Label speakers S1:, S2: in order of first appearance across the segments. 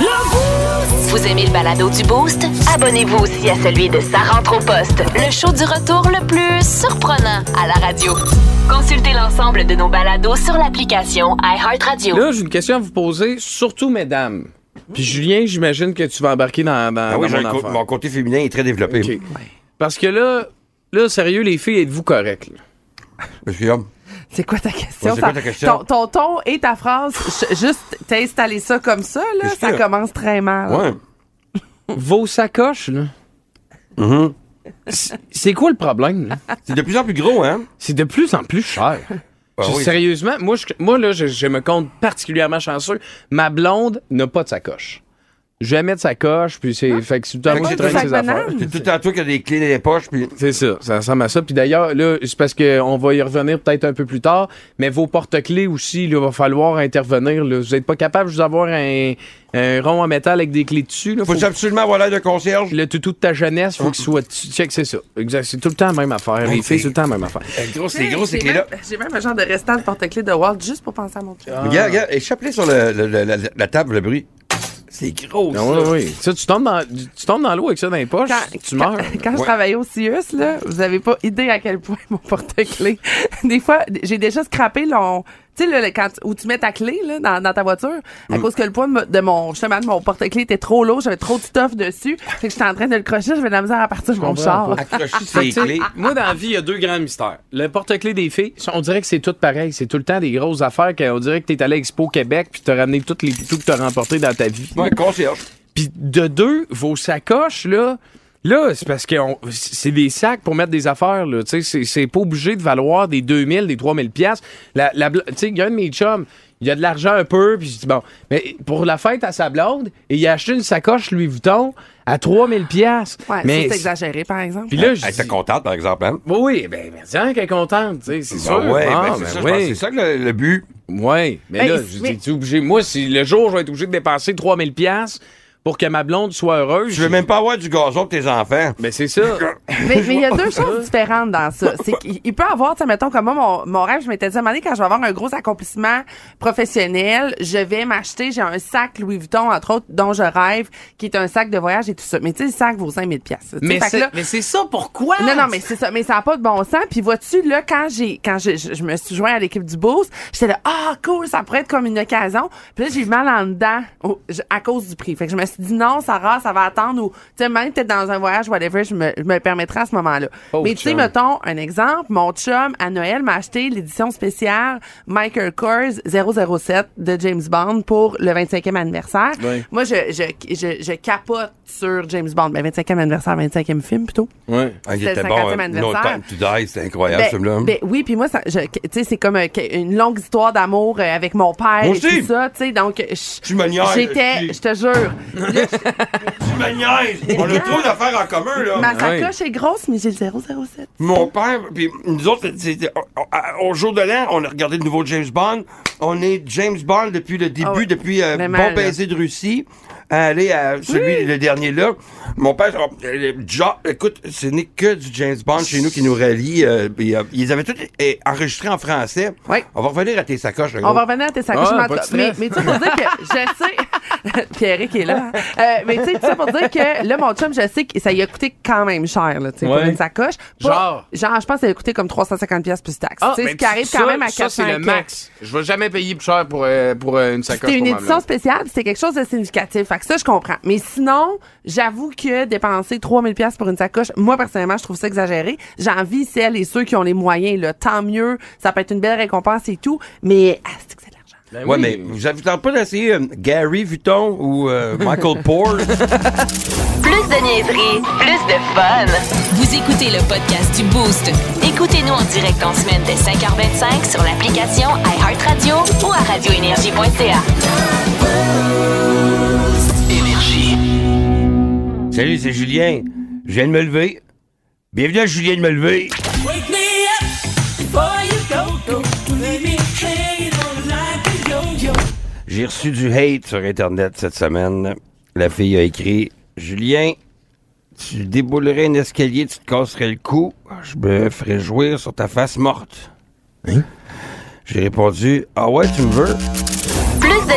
S1: Vous aimez le balado du Boost? Abonnez-vous aussi à celui de Sa rentre au poste, le show du retour le plus surprenant à la radio. Consultez l'ensemble de nos balados sur l'application iHeartRadio.
S2: Là, j'ai une question à vous poser, surtout mesdames. Puis Julien, j'imagine que tu vas embarquer dans, dans,
S3: Ah oui,
S2: dans
S3: j'ai
S2: mon
S3: un co-
S2: affaire.
S3: mon côté féminin est très développé.
S2: OK. Parce que là, là, sérieux, les filles, êtes-vous correctes? là?
S3: Je suis homme.
S4: C'est quoi ta question?
S3: Ouais, c'est quoi ta
S4: Ça-
S3: question?
S4: Ton, ton ton et ta phrase, je- juste t'as installé ça comme ça, là,
S3: Qu'est-ce
S4: ça
S3: que-
S4: commence très mal.
S3: Ouais.
S2: Vos sacoches, là.
S3: Mm-hmm.
S2: C'est- C'est quoi le problème, là?
S3: C'est de plus en plus gros, hein?
S2: C'est de plus en plus cher.
S3: Ah
S2: Je-
S3: oui.
S2: Sérieusement, moi, je, moi là, je, je me compte particulièrement chanceux. Ma blonde n'a pas de sacoche. Jamais de sacoche, puis c'est. Fait que c'est tout le temps
S3: Fait
S2: moi
S3: que
S2: qui
S3: c'est
S2: traîne
S3: un
S2: ses
S4: sac banane.
S2: affaires.
S3: C'est tout le temps toi qui as des clés dans les poches, puis
S2: C'est ça, ça ressemble à ça. Puis d'ailleurs, là, c'est parce qu'on va y revenir peut-être un peu plus tard, mais vos porte-clés aussi, il va falloir intervenir. là. Vous n'êtes pas capable de vous avoir un, un rond en métal avec des clés dessus. Là. Faut
S3: faut absolument avoir l'air de concierge.
S2: le toutou de ta jeunesse, faut qu'il soit dessus. Check, c'est ça. Exact. C'est tout le temps la même affaire. Les filles, c'est tout le temps la même affaire.
S3: Euh, Gros, c'est
S4: J'ai-
S3: gros, ces
S4: j'ai
S3: clés-là.
S4: même- J'ai même un genre de restant de porte-clés de Walt juste pour penser à mon truc.
S3: Ah. Regarde, regarde, échappe-les sur le- le- le- la, la table, le bruit. C'est gros,
S2: Non, Ah oui,
S3: ça.
S2: oui. Oh, Ça, tu tombes dans, tu tombes dans l'eau avec ça dans les poches, Ah, tu meurs.
S4: quand je travaillais au CIUS, là, vous avez pas idée à quel point mon porte-clés. des fois, j'ai déjà scrappé l'on. Tu sais, là, le- quand tu- où tu mets ta clé là, dans, dans ta voiture, à cause que le poids de mo- de mon chemin de mon porte-clés était trop lourd, j'avais trop de stuff dessus. Fait que j'étais en train de le crocher, j'avais de la misère à partir de mon
S2: comprends
S4: char.
S2: pas.
S3: Accroche
S2: Fait
S3: ces
S2: que, Ah, tu sais,
S3: clés.
S2: Moi, dans la vie, il y a deux grands mystères. Le porte-clés des filles, on dirait que c'est tout pareil. C'est tout le temps des grosses affaires qu'on dirait que t'es allé à Expo Québec puis t'as ramené toutes les tout que t'as remporté dans ta vie.
S3: Ouais, concierge.
S2: Puis de deux, vos sacoches, là, là, c'est parce que on- c'est des sacs pour mettre des affaires, là. Tu sais, c'est- c'est pas obligé de valoir des 2000, des 3000 piastres. La, la, bl- tu sais, il y a un de mes chums, il a de l'argent un peu, puis je dis, bon, mais pour la fête à sa blonde, et il a acheté une sacoche Louis Vuitton à 3000 piastres.
S4: Ouais,
S2: mais
S4: ça, c'est exagéré, par exemple.
S2: Puis là, je
S3: Elle
S2: dis,
S3: était contente, par exemple, hein?
S2: oui, oui, ben, ben, tiens qu'elle est contente, tu sais, c'est
S3: Ah
S2: sûr.
S3: ouais,
S2: Ah,
S3: ben, c'est
S2: ben
S3: ça, je
S2: oui.
S3: pense que c'est ça que le, le but.
S2: Ouais, mais
S4: Hey,
S2: là,
S4: Ben, c'est-
S2: je
S4: mais-
S2: dis, obligé. Moi, si le jour, je vais être obligé de dépenser 3000 pièces pour que ma blonde soit heureuse.
S3: Tu veux même pas avoir du gazon pour tes enfants.
S2: Ben, c'est ça.
S4: Mais mais il y a deux choses différentes dans ça. C'est qu'il il peut avoir, tu sais, mettons, comme moi, mon, mon rêve, je m'étais dit, à un moment donné, quand je vais avoir un gros accomplissement professionnel, je vais m'acheter, j'ai un sac Louis Vuitton, entre autres, dont je rêve, qui est un sac de voyage et tout ça. Mais tu sais, le sac vaut 5000 pièces.
S2: mais, c'est, mais c'est ça, pourquoi?
S4: Non, non, mais c'est ça. Mais ça n'a pas de bon sens. Puis vois-tu, là, quand j'ai, quand je, je, je me suis joint à l'équipe du Boost, j'étais là, ah, cool, ça pourrait être comme une occasion. Puis là, j'ai eu mal en dedans au- je- à cause du prix. Fait que je me suis dit, non, Sarah, ça va attendre ou, tu sais, même peut-être dans un voyage, whatever, je me, je me le permettrai à ce moment-là.
S2: Pauvre
S4: mais tu sais,
S2: Oh, chum.
S4: mettons, un exemple, mon chum, à Noël, m'a acheté l'édition spéciale Michael Kors 007 de James Bond pour le 25e anniversaire.
S2: Oui.
S4: Moi, je, je, je, je capote sur James Bond. Mais 25e anniversaire, 25e film, plutôt.
S2: Ouais.
S3: Ah, il
S4: C'était
S3: était
S4: le
S3: bon.
S4: 50e
S3: hein. No
S4: anniversaire.
S3: Time to Die, c'était incroyable, ce film-là.
S4: ben oui, puis moi, ça, je- tu sais, c'est comme euh, que- une longue histoire d'amour euh, avec mon père
S3: Moi
S4: et
S3: aussi.
S4: tout ça, tu sais, donc je-
S3: Tu me niaises,
S4: j'étais,
S3: tu-
S4: je te jure,
S3: Tu me niaises! On a trop d'affaires en commun, là.
S2: Ah,
S4: ma sacoche est grosse, mais j'ai le 007.
S3: Mon père, puis nous autres, c'était- on- on- au jour de l'an, on a regardé le nouveau James Bond. On est James Bond depuis le début,
S4: Ah ouais.
S3: depuis euh,
S4: Mais
S3: Bon
S4: mal, là.
S3: baiser de Russie, à aller à celui, le dernier là. Mon père, oh, euh, Ja- écoute, ce n'est que du James Bond chez nous qui nous rallie. euh, puis, euh, ils avaient tout euh, enregistré en français.
S4: Ouais.
S3: On va revenir à tes sacoches. le
S4: On
S3: gros.
S4: va revenir à tes sacoches.
S2: Ah,
S4: mais en
S2: pas de
S4: tout cas, mais,
S2: stress.
S4: mais tu sais, pour dire que je sais. Pierrick est là. hein. Euh, mais tu sais, tout ça pour dire que là, mon chum, je sais que ça lui a coûté quand même cher, là, tu sais, pour
S2: Ouais.
S4: une sacoche. Pas-
S2: Genre?
S4: Genre, je pense que ça lui a coûté comme 350$ piastres plus taxes.
S2: Ah,
S4: tu sais,
S2: ben,
S4: ce qui arrive
S2: ça,
S4: quand même à 400$.
S2: Ça, c'est le max. Je vais jamais payer plus cher pour, euh, pour euh, une sacoche.
S4: C'était une
S2: pour ma
S4: édition
S2: blonde.
S4: spéciale, c'était quelque chose de significatif. Fait que ça, je comprends. Mais sinon, j'avoue que dépenser 3000 pièces pour une sacoche, moi, personnellement, je trouve ça exagéré. J'envie celles et ceux qui ont les moyens, là. Tant mieux. Ça peut être une belle récompense et tout. Mais, ah, c'est que c'est de l'argent.
S2: Ben
S3: Ouais,
S2: oui.
S3: mais vous avez pas d'essayer euh, Gary Vuitton ou euh, Michael Port?
S1: Plus de niaiserie, plus de fun. Vous écoutez le podcast du Boost. Écoutez-nous en direct en semaine dès 5h25 sur l'application iHeartRadio ou à radioénergie.ca.
S3: Salut, c'est Julien. Je viens de me lever. Bienvenue à Julien de me lever. J'ai reçu du hate sur Internet cette semaine. La fille a écrit Julien, tu déboulerais un escalier, tu te casserais le cou, Ah, je me ferais jouir sur ta face morte. J'ai répondu Ah ouais, tu me veux
S1: Plus de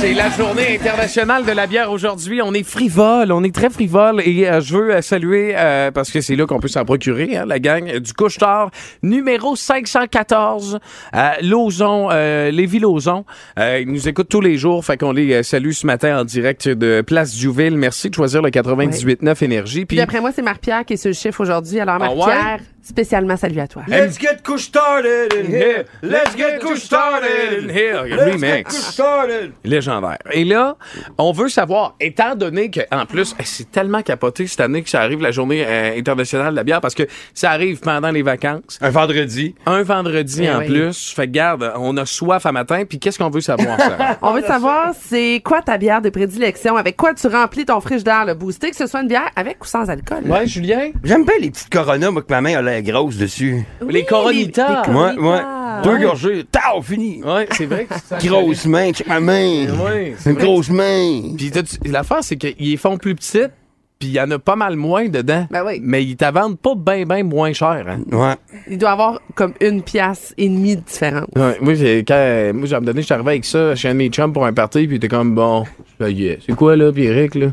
S2: C'est la journée internationale de la bière aujourd'hui. On est frivole, on est très frivole et euh, je veux euh, saluer, euh, parce que c'est là qu'on peut s'en procurer, hein, la gang euh, du Couche-Tard, numéro 514, à Lauson, euh, Lévis-Lauson. Euh, ils nous écoutent tous les jours, fait qu'on les euh, salue ce matin en direct de Place Duville. Merci de choisir le 98.9 Énergie.
S4: Puis
S2: Puis,
S4: d'après moi, c'est Marc-Pierre qui est sur le chiffre aujourd'hui. Alors,
S2: Ah ouais?
S4: Marc-Pierre, spécialement salut à toi.
S3: Let's get couch started in here. Let's get couch started in here. Let's get couch
S2: Remix.
S3: started.
S2: Légendaire. Et là, on veut savoir, étant donné que, en plus, eh, c'est tellement capoté cette année que ça arrive la journée euh, internationale de la bière parce que ça arrive pendant les vacances.
S3: Un vendredi.
S2: Un vendredi
S4: Eh
S2: en
S4: oui.
S2: plus. Fait que, garde, on a soif à matin, puis qu'est-ce qu'on veut savoir, Sarah?
S4: On veut savoir, c'est quoi ta bière de prédilection? Avec quoi tu remplis ton frigidaire, le boosté, que ce soit une bière avec ou sans alcool?
S2: ouais, Julien?
S3: J'aime bien les petites coronas, moi, que ma main a l'air grosse dessus.
S2: les Coronitas.
S4: les- les
S3: Ouais, ouais.
S4: Coronitas.
S3: Deux gorgées. Tao, fini.
S2: Ouais, c'est vrai que ça-
S3: Grosse main, check ma main.
S2: Ouais, c'est
S3: Une
S2: vrai.
S3: grosse main.
S2: Puis t'as- l'affaire, c'est qu'ils les font plus petites, puis il y en a pas mal moins dedans.
S4: Ben oui.
S2: Mais ils t'en vendent pas bien, bien moins cher, hein?
S3: Ouais.
S4: Il doit avoir comme une pièce et demie de différence.
S2: Ouais, moi, j'ai, quand, moi, j'ai me donné, je suis arrivé avec ça chez un de mes chums pour un party, puis il était comme, bon, ça y est, c'est quoi, là, puis Eric, là?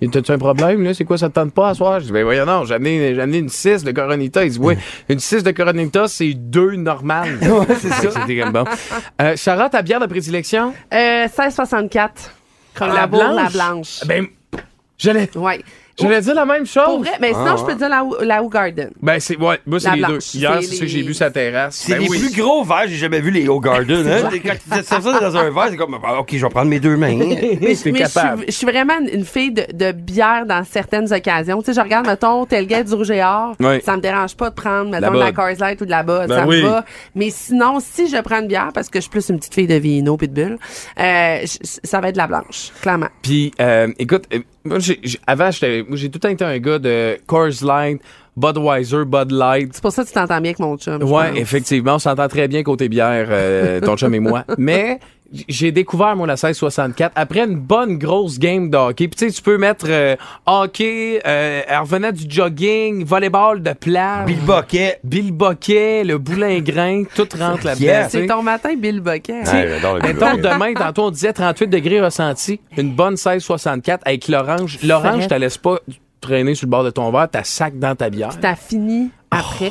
S2: Il était un problème, là? C'est quoi, ça te tente pas à soir? Je dis, ben, voyons, non, j'ai amené, j'ai amené une 6 de Coronita. Il dit, oui, une 6 de Coronita, c'est deux normales. Hum. ouais, c'est ça. C'était comme bon. Euh, Sarah, ta bière de prédilection?
S4: Euh, 1664. Comme
S2: La
S4: la, bourre,
S2: blanche?
S4: la blanche.
S2: Ben, j'allais,
S4: Ouais.
S2: j'allais dire la même
S4: Pour
S2: chose.
S4: vrai, mais sinon, je
S2: hein.
S4: peux te dire la, la Hou Garden.
S2: Ben, c'est, ouais, moi, c'est
S4: La
S2: les deux.
S4: blanche,
S2: Hier,
S4: c'est
S2: c'est ça que
S4: les-
S2: j'ai bu sa terrasse.
S3: C'est
S2: Ben
S3: les
S2: oui.
S3: plus gros verres que j'ai jamais vu, les Haut Garden. Hein? C'est- Quand tu sers ça dans un verre, c'est comme, ah, OK, je vais prendre mes deux mains.
S2: Mais c'est
S4: Mais je
S2: Eh, capable.
S4: suis- je suis vraiment une- une fille de, de bière dans certaines occasions. Tu sais, je regarde, mettons, Telgate du Rouge et Or.
S2: Oui.
S4: Ça me dérange pas de prendre, mettons, de
S2: La
S4: la,
S2: Bud.
S4: Coors Light ou de la Bud. ça
S2: Ben oui.
S4: me va. Mais sinon, si je prends une bière, parce que je suis plus une petite fille de vino puis de bulle, euh, je- ça va être de la blanche, clairement.
S2: Puis, euh, écoute, euh, moi, j'ai- j'ai- avant, j'étais- moi, j'ai tout le temps été un gars de Coors Light, Budweiser, Bud Light.
S4: C'est pour ça que tu t'entends bien avec mon chum. je
S2: Ouais,
S4: pense.
S2: effectivement, on s'entend très bien côté bière, euh, ton chum et moi. Mais j- j'ai découvert, moi, la 1664 après une bonne grosse game de hockey. Puis, tu sais, tu peux mettre euh, hockey, euh, elle revenait du jogging, volleyball de plage.
S3: Bill Bucket.
S2: Bill Boquet, le boulingrin, tout rentre là-dedans.
S3: Yeah.
S2: tu
S4: C'est
S2: sais.
S4: ton matin, Bill Bucket.
S3: Ouais, Ah, j'adore le Bill
S2: Mettons,
S3: Bucket.
S2: demain,
S4: ah.
S2: tantôt, on disait 38 degrés ressenti, une bonne 16,64 avec l'orange. L'orange,
S4: Fred.
S2: tu la laisses pas traîner sur le bord de ton verre, t'as sac dans ta bière.
S4: T'as fini après.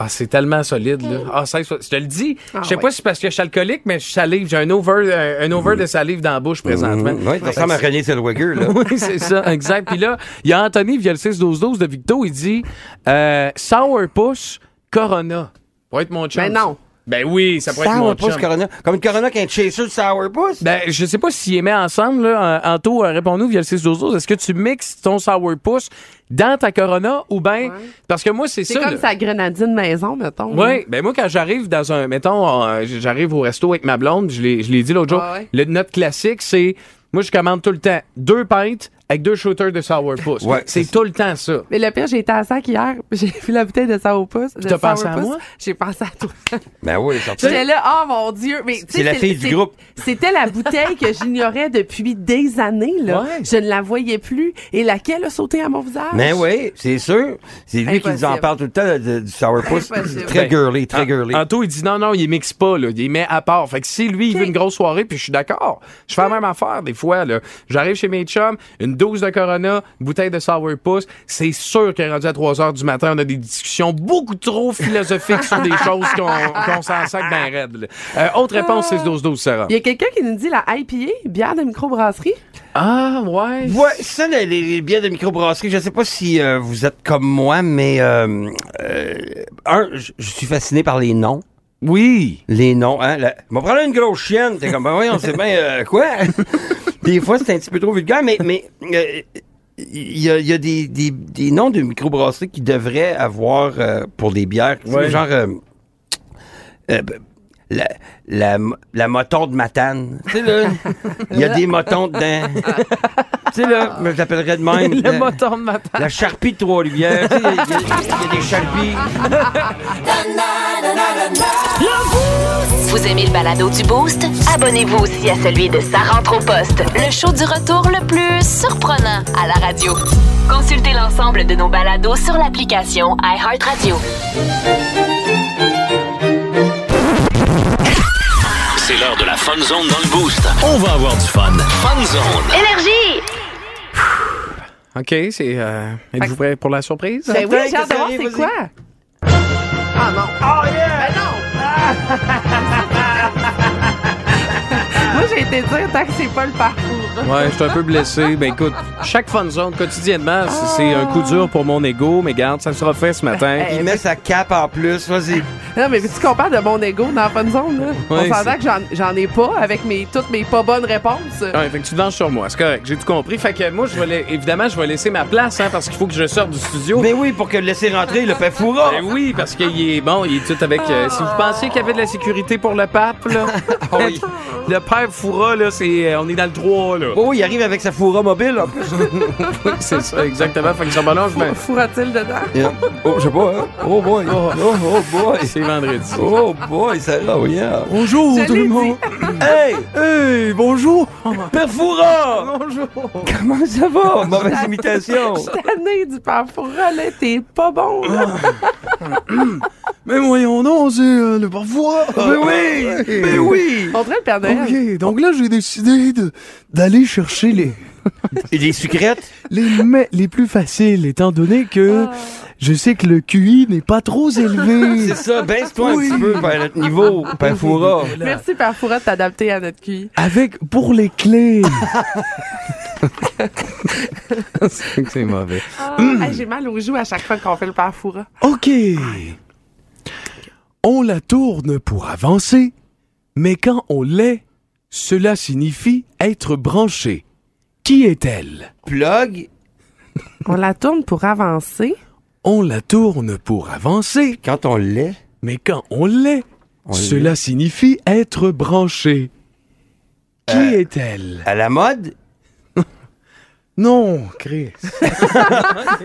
S2: Ah, c'est tellement solide, là. Ah, 16, je te le dis.
S4: Ah,
S2: je sais
S4: ouais.
S2: pas si c'est parce que je suis alcoolique, mais je salive. J'ai un over, euh, un, un over de salive dans la bouche présentement.
S3: Mmh, Ouais, ça ressemble à René Zellweger, là.
S2: oui, c'est ça, exact. Puis là, il y a Anthony via le 6-12-12 de Victo, il dit euh, Sour Push Corona. Pourrait être mon chum.
S4: Ben non.
S2: Ben oui, ça pourrait être mon chum.
S3: Sourpuss Corona. Comme une Corona qui a un chaser de Sourpuss.
S2: Ben, je sais pas s'ils les met ensemble, là. Euh, Anto, euh, réponds-nous via le 6 12 Est-ce que tu mixes ton sourpuss dans ta Corona ou ben, parce que moi, c'est
S4: C'est
S2: ça.
S4: comme
S2: là.
S4: sa grenadine maison, mettons.
S2: Ouais, ben moi quand j'arrive dans un mettons euh, j'arrive au resto avec ma blonde, je l'ai je l'ai dit l'autre jour,
S4: Ouais, ouais.
S2: le notre classique c'est moi je commande tout le temps deux pintes avec deux shooters de sourpuss.
S3: Ouais,
S2: c'est
S3: c'est-
S2: tout le temps ça.
S4: Mais le pire, j'ai été à sac hier, puis j'ai vu la bouteille de sourpuss. de
S2: t'as pensé à
S4: sourpuss.
S2: moi?
S4: J'ai pensé à toi.
S3: Ben oui, sorti.
S4: J'étais là, oh mon Dieu. Mais, tu sais,
S3: C'est la fille du
S4: c'est-
S3: groupe.
S4: C'était la bouteille que j'ignorais depuis des années, là.
S2: Ouais.
S4: Je ne la voyais plus. Et laquelle a sauté à mon visage?
S3: Ben oui, c'est sûr. C'est lui qui nous en
S4: Impossible.
S3: parle tout le temps, de- du Sourpuss.
S4: Impossible.
S3: Très
S2: Ben,
S3: girly,
S2: An-
S3: très girly.
S2: Anto, il dit non, non, il mixe pas, là. Il les met à part. Fait que si lui, il veut
S4: Ok.
S2: une grosse soirée, puis je suis d'accord. Je fais la même affaire, des fois, là. J'arrive chez mes chums, une dose de Corona, une bouteille de Sourpuss. C'est sûr qu'à rendu à 3 heures du matin, on a des discussions beaucoup trop philosophiques sur des choses qu'on qu'on s'en sac dans les raides, là. Euh, autre réponse, 6-12-12, Sarah.
S4: Il y a quelqu'un qui nous dit la IPA, bière de microbrasserie.
S2: Ah, ouais.
S3: Ouais, ça, les, les- les bières de microbrasserie, je sais pas si euh, vous êtes comme moi, mais euh, euh, un, je je suis fasciné par les noms.
S2: Oui.
S3: Les noms, hein. La... On va prendre une grosse chienne. T'es comme, ben voyons, c'est bien euh, quoi? des fois, c'est un petit peu trop vulgaire, mais mais euh, il y a, il y a des, des, des noms de microbrasseries qui devraient avoir euh, pour des bières. tu sais,
S2: Ouais.
S3: Genre, euh, euh, ben, la, la, la moton de Matane. Tu sais, là, il y a des motons dedans. tu sais, là, je l'appellerais de même.
S2: Le
S3: La-
S2: moteur de ma tête.
S3: la Sharpie de Trois-Rivières. Tu sais, Il y, a- il y a il y a des Sharpies.
S1: Vous aimez le balado du Boost? Abonnez-vous aussi à celui de Sa rentre au poste, le show du retour le plus surprenant à la radio. Consultez l'ensemble de nos balados sur l'application iHeartRadio.
S5: C'est l'heure de la Fun Zone dans le Boost. On va avoir du fun. Fun Zone.
S1: Énergie!
S6: OK, c'est. euh, Êtes-vous prêts pour la surprise?
S4: Ben oui, j'ai
S3: Qu'est-ce
S4: hâte de voir
S3: qui
S4: c'est
S3: arrive,
S4: quoi. Ah non.
S3: Oh yeah!
S4: Ben non! Moi, j'ai été dire tant que c'est pas le parcours.
S6: Ouais, je suis un peu blessé. Ben écoute, chaque fun zone quotidiennement, c'est- c'est un coup dur pour mon ego, mais garde, ça sera fait ce matin.
S4: Hey.
S3: Il met sa cape en plus, vas-y.
S4: Non, mais tu compares de mon ego dans la fun zone, là.
S6: Ouais,
S4: On s'entend que j'en- j'en ai pas avec mes, toutes mes pas bonnes réponses.
S6: Ouais, fait que tu te venges sur moi, c'est correct, j'ai tout compris. Fait que moi, je vais la- évidemment, je vais laisser ma place, hein, parce qu'il faut que je sorte du studio.
S3: Mais oui, pour que le laisser rentrer, le Pafoura.
S6: Ben oui, parce qu'il est bon, il est tout avec. euh, si vous pensiez qu'il y avait de la sécurité pour le pape, là,
S3: Ah oui.
S6: le père Foura, là, c'est, euh, on est dans le droit, là.
S3: Oh, il arrive avec sa fourra mobile en plus.
S6: c'est ça, exactement. Fait que j'en balance, mais
S4: Fourra-t-il dedans?
S3: Oh, je sais pas, hein? Oh boy! Oh, oh boy!
S6: c'est vendredi.
S3: Oh boy, Sarah, regarde!
S6: Bonjour
S4: Je tout le l'ai monde.
S3: Hey!
S6: Hey, bonjour.
S3: Père Foura!
S6: Bonjour.
S3: Comment ça va? Mauvaise
S4: Oh.
S3: imitation!
S4: Tanné du parfoura, là, t'es pas bon,
S6: Ah,
S4: là.
S6: Mais voyons non, c'est euh, le parfois.
S3: Mais oui!
S6: ben
S3: Mais oui!
S4: On dirait le Père Noël.
S6: Ok, donc là j'ai décidé de- d'aller chercher les
S3: Et des sucrètes?
S6: les mets les plus faciles, étant donné que je sais que le QI n'est pas trop élevé.
S3: Ah. C'est ça, baisse-toi
S6: Oui.
S3: un petit peu, par notre niveau, Père Foura.
S4: Merci, Parfoura, de t'adapter à notre QI.
S6: Avec pour les clés. c'est mauvais.
S4: Ah,
S6: Mm.
S4: hey, j'ai mal aux joues à chaque fois qu'on fait le Parfoura.
S6: Ok. On la tourne pour avancer, mais quand on l'est, cela signifie être branché. Qui est-elle
S3: Plug,
S4: On la tourne pour avancer.
S6: On la tourne pour avancer,
S3: quand on l'est,
S6: mais quand on l'est,
S3: On
S6: cela signifie être branché. Qui est-elle
S3: à la mode,
S6: Non, Chris.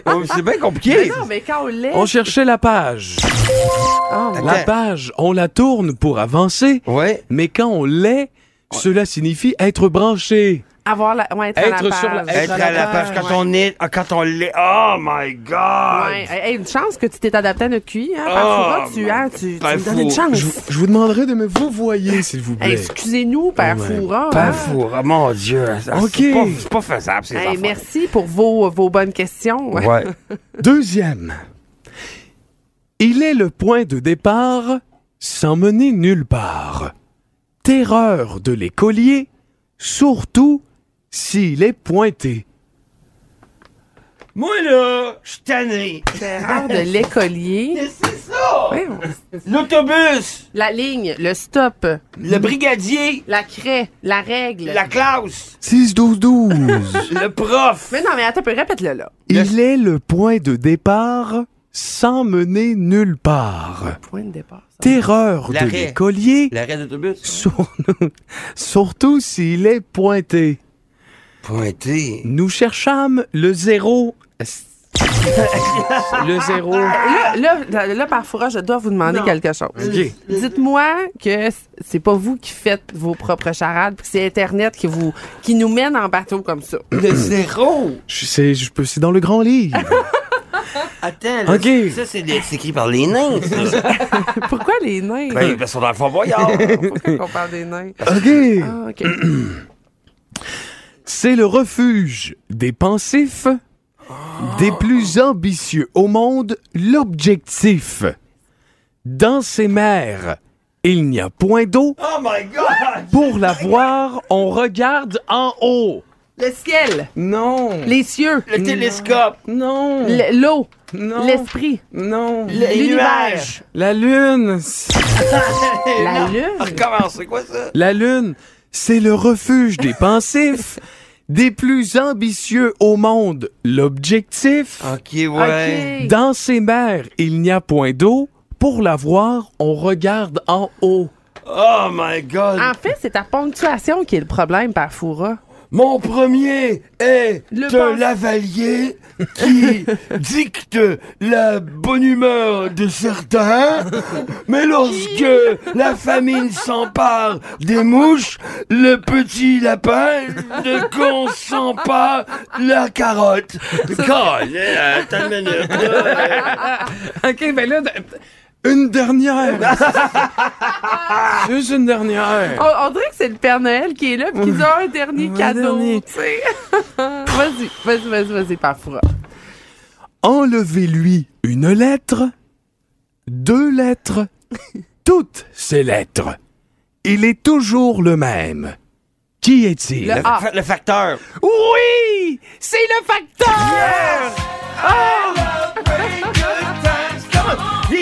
S3: oh, c'est bien
S4: Mais
S3: compliqué.
S4: non, mais quand on l'est.
S6: On cherchait la page.
S4: Ah, ouais.
S6: La
S3: Attends.
S6: page, on la tourne pour avancer,
S3: Ouais.
S6: mais quand on l'est, cela signifie être branché.
S4: avoir la. Ouais, être, à la
S6: Être sur la-
S4: page.
S6: Être
S3: Être à la page quand on est, ah, quand on l'est. Oh my God!
S4: Ouais. Hey, hey, une chance que tu t'es adapté à notre QI, hein.
S6: Ah,
S4: Parfoura,
S3: Oh,
S4: tu, hein, tu, tu me donnes
S3: Parfoura.
S4: une chance.
S6: Je, vous- Oh je vous demanderai de me vous voyez, s'il vous
S4: Hey,
S6: plaît.
S4: Excusez-nous, Père
S6: Ouais.
S4: Foura.
S3: Pas
S4: hein.
S3: fou, ah, mon Dieu. Ah,
S6: Ok.
S3: C'est pas, c'est pas faisable, ces
S4: Hey,
S3: affaires.
S4: merci pour vos, vos bonnes questions.
S3: Ouais.
S6: Deuxième. Il est le point de départ sans mener nulle part. Terreur de l'écolier, surtout s'il est pointé.
S3: Moi, là, je suis tanné.
S4: Terreur hein, de l'écolier.
S3: C'est ça!
S4: Ouais, on-
S3: L'autobus,
S4: La ligne, le stop,
S3: le brigadier,
S4: la craie, la règle.
S3: la classe,
S6: 6-12-12.
S3: le prof.
S4: Mais non, mais attends, un peu, répète-le là.
S6: Il est le point de départ sans mener nulle part.
S4: Point de départ. ça.
S6: Terreur de
S3: L'arrêt.
S6: l'écolier,
S3: L'arrêt d'autobus.
S6: sur- surtout s'il est pointé.
S3: Pointé.
S6: Nous cherchâmes le zéro.
S3: Oh.
S6: le zéro.
S4: Là, Ah, là, là, là, par fourrage, je dois vous demander quelque chose. Dites-moi que c'est pas vous qui faites vos propres charades, puis que c'est Internet qui vous qui nous mène en bateau comme ça.
S3: Le zéro.
S6: Je sais, je peux, c'est dans le grand livre.
S3: Attends, là,
S6: Ok.
S3: c'est- ça, c'est des- c'est écrit par les nains, ça.
S4: Pourquoi les nains?
S3: ben, ils sont dans le fond boyard.
S4: Pourquoi on parle des nains?
S6: ok.
S4: Ah, OK.
S6: C'est le refuge des pensifs, des plus ambitieux au monde, l'objectif. Dans ces mers, il n'y a point d'eau.
S3: oh my God!
S6: Pour la voir, on regarde en haut.
S4: Le ciel,
S6: Non.
S4: les cieux,
S3: Le télescope,
S6: Non.
S4: le- l'eau,
S6: Non.
S4: l'esprit,
S6: Non.
S3: les
S4: L'univers.
S3: nuages.
S6: La lune.
S4: la
S3: Non.
S4: lune.
S3: Recommence, c'est quoi ça?
S6: La Lune, c'est le refuge des pensifs, des plus ambitieux au monde. L'objectif,
S3: Ok, ouais.
S4: OK.
S6: dans ces mers, il n'y a point d'eau. Pour la voir, on regarde en haut.
S3: Oh my God! Ah,
S4: En fait, c'est ta ponctuation qui est le problème, par Foura.
S3: Mon premier est
S4: Le
S3: un
S4: pain.
S3: lavalier qui dicte la bonne humeur de certains, mais lorsque la famine s'empare des mouches, le petit lapin ne consent pas la carotte. Colin, attends une minute, là.
S6: OK, ben là, de- une dernière. Juste une dernière.
S4: On, on dirait que c'est le Père Noël qui est là puis qui dit Ah, un dernier cadeau.
S6: dernier.
S4: tu sais. vas-y, vas-y, vas-y, vas-y, parfois.
S6: Enlevez-lui une lettre, deux lettres, toutes ces lettres. Il est toujours le même. Qui est-il?
S4: Le A.
S3: Le facteur.
S6: Oui! C'est le
S4: Ah.
S6: facteur!
S3: Ah, Viens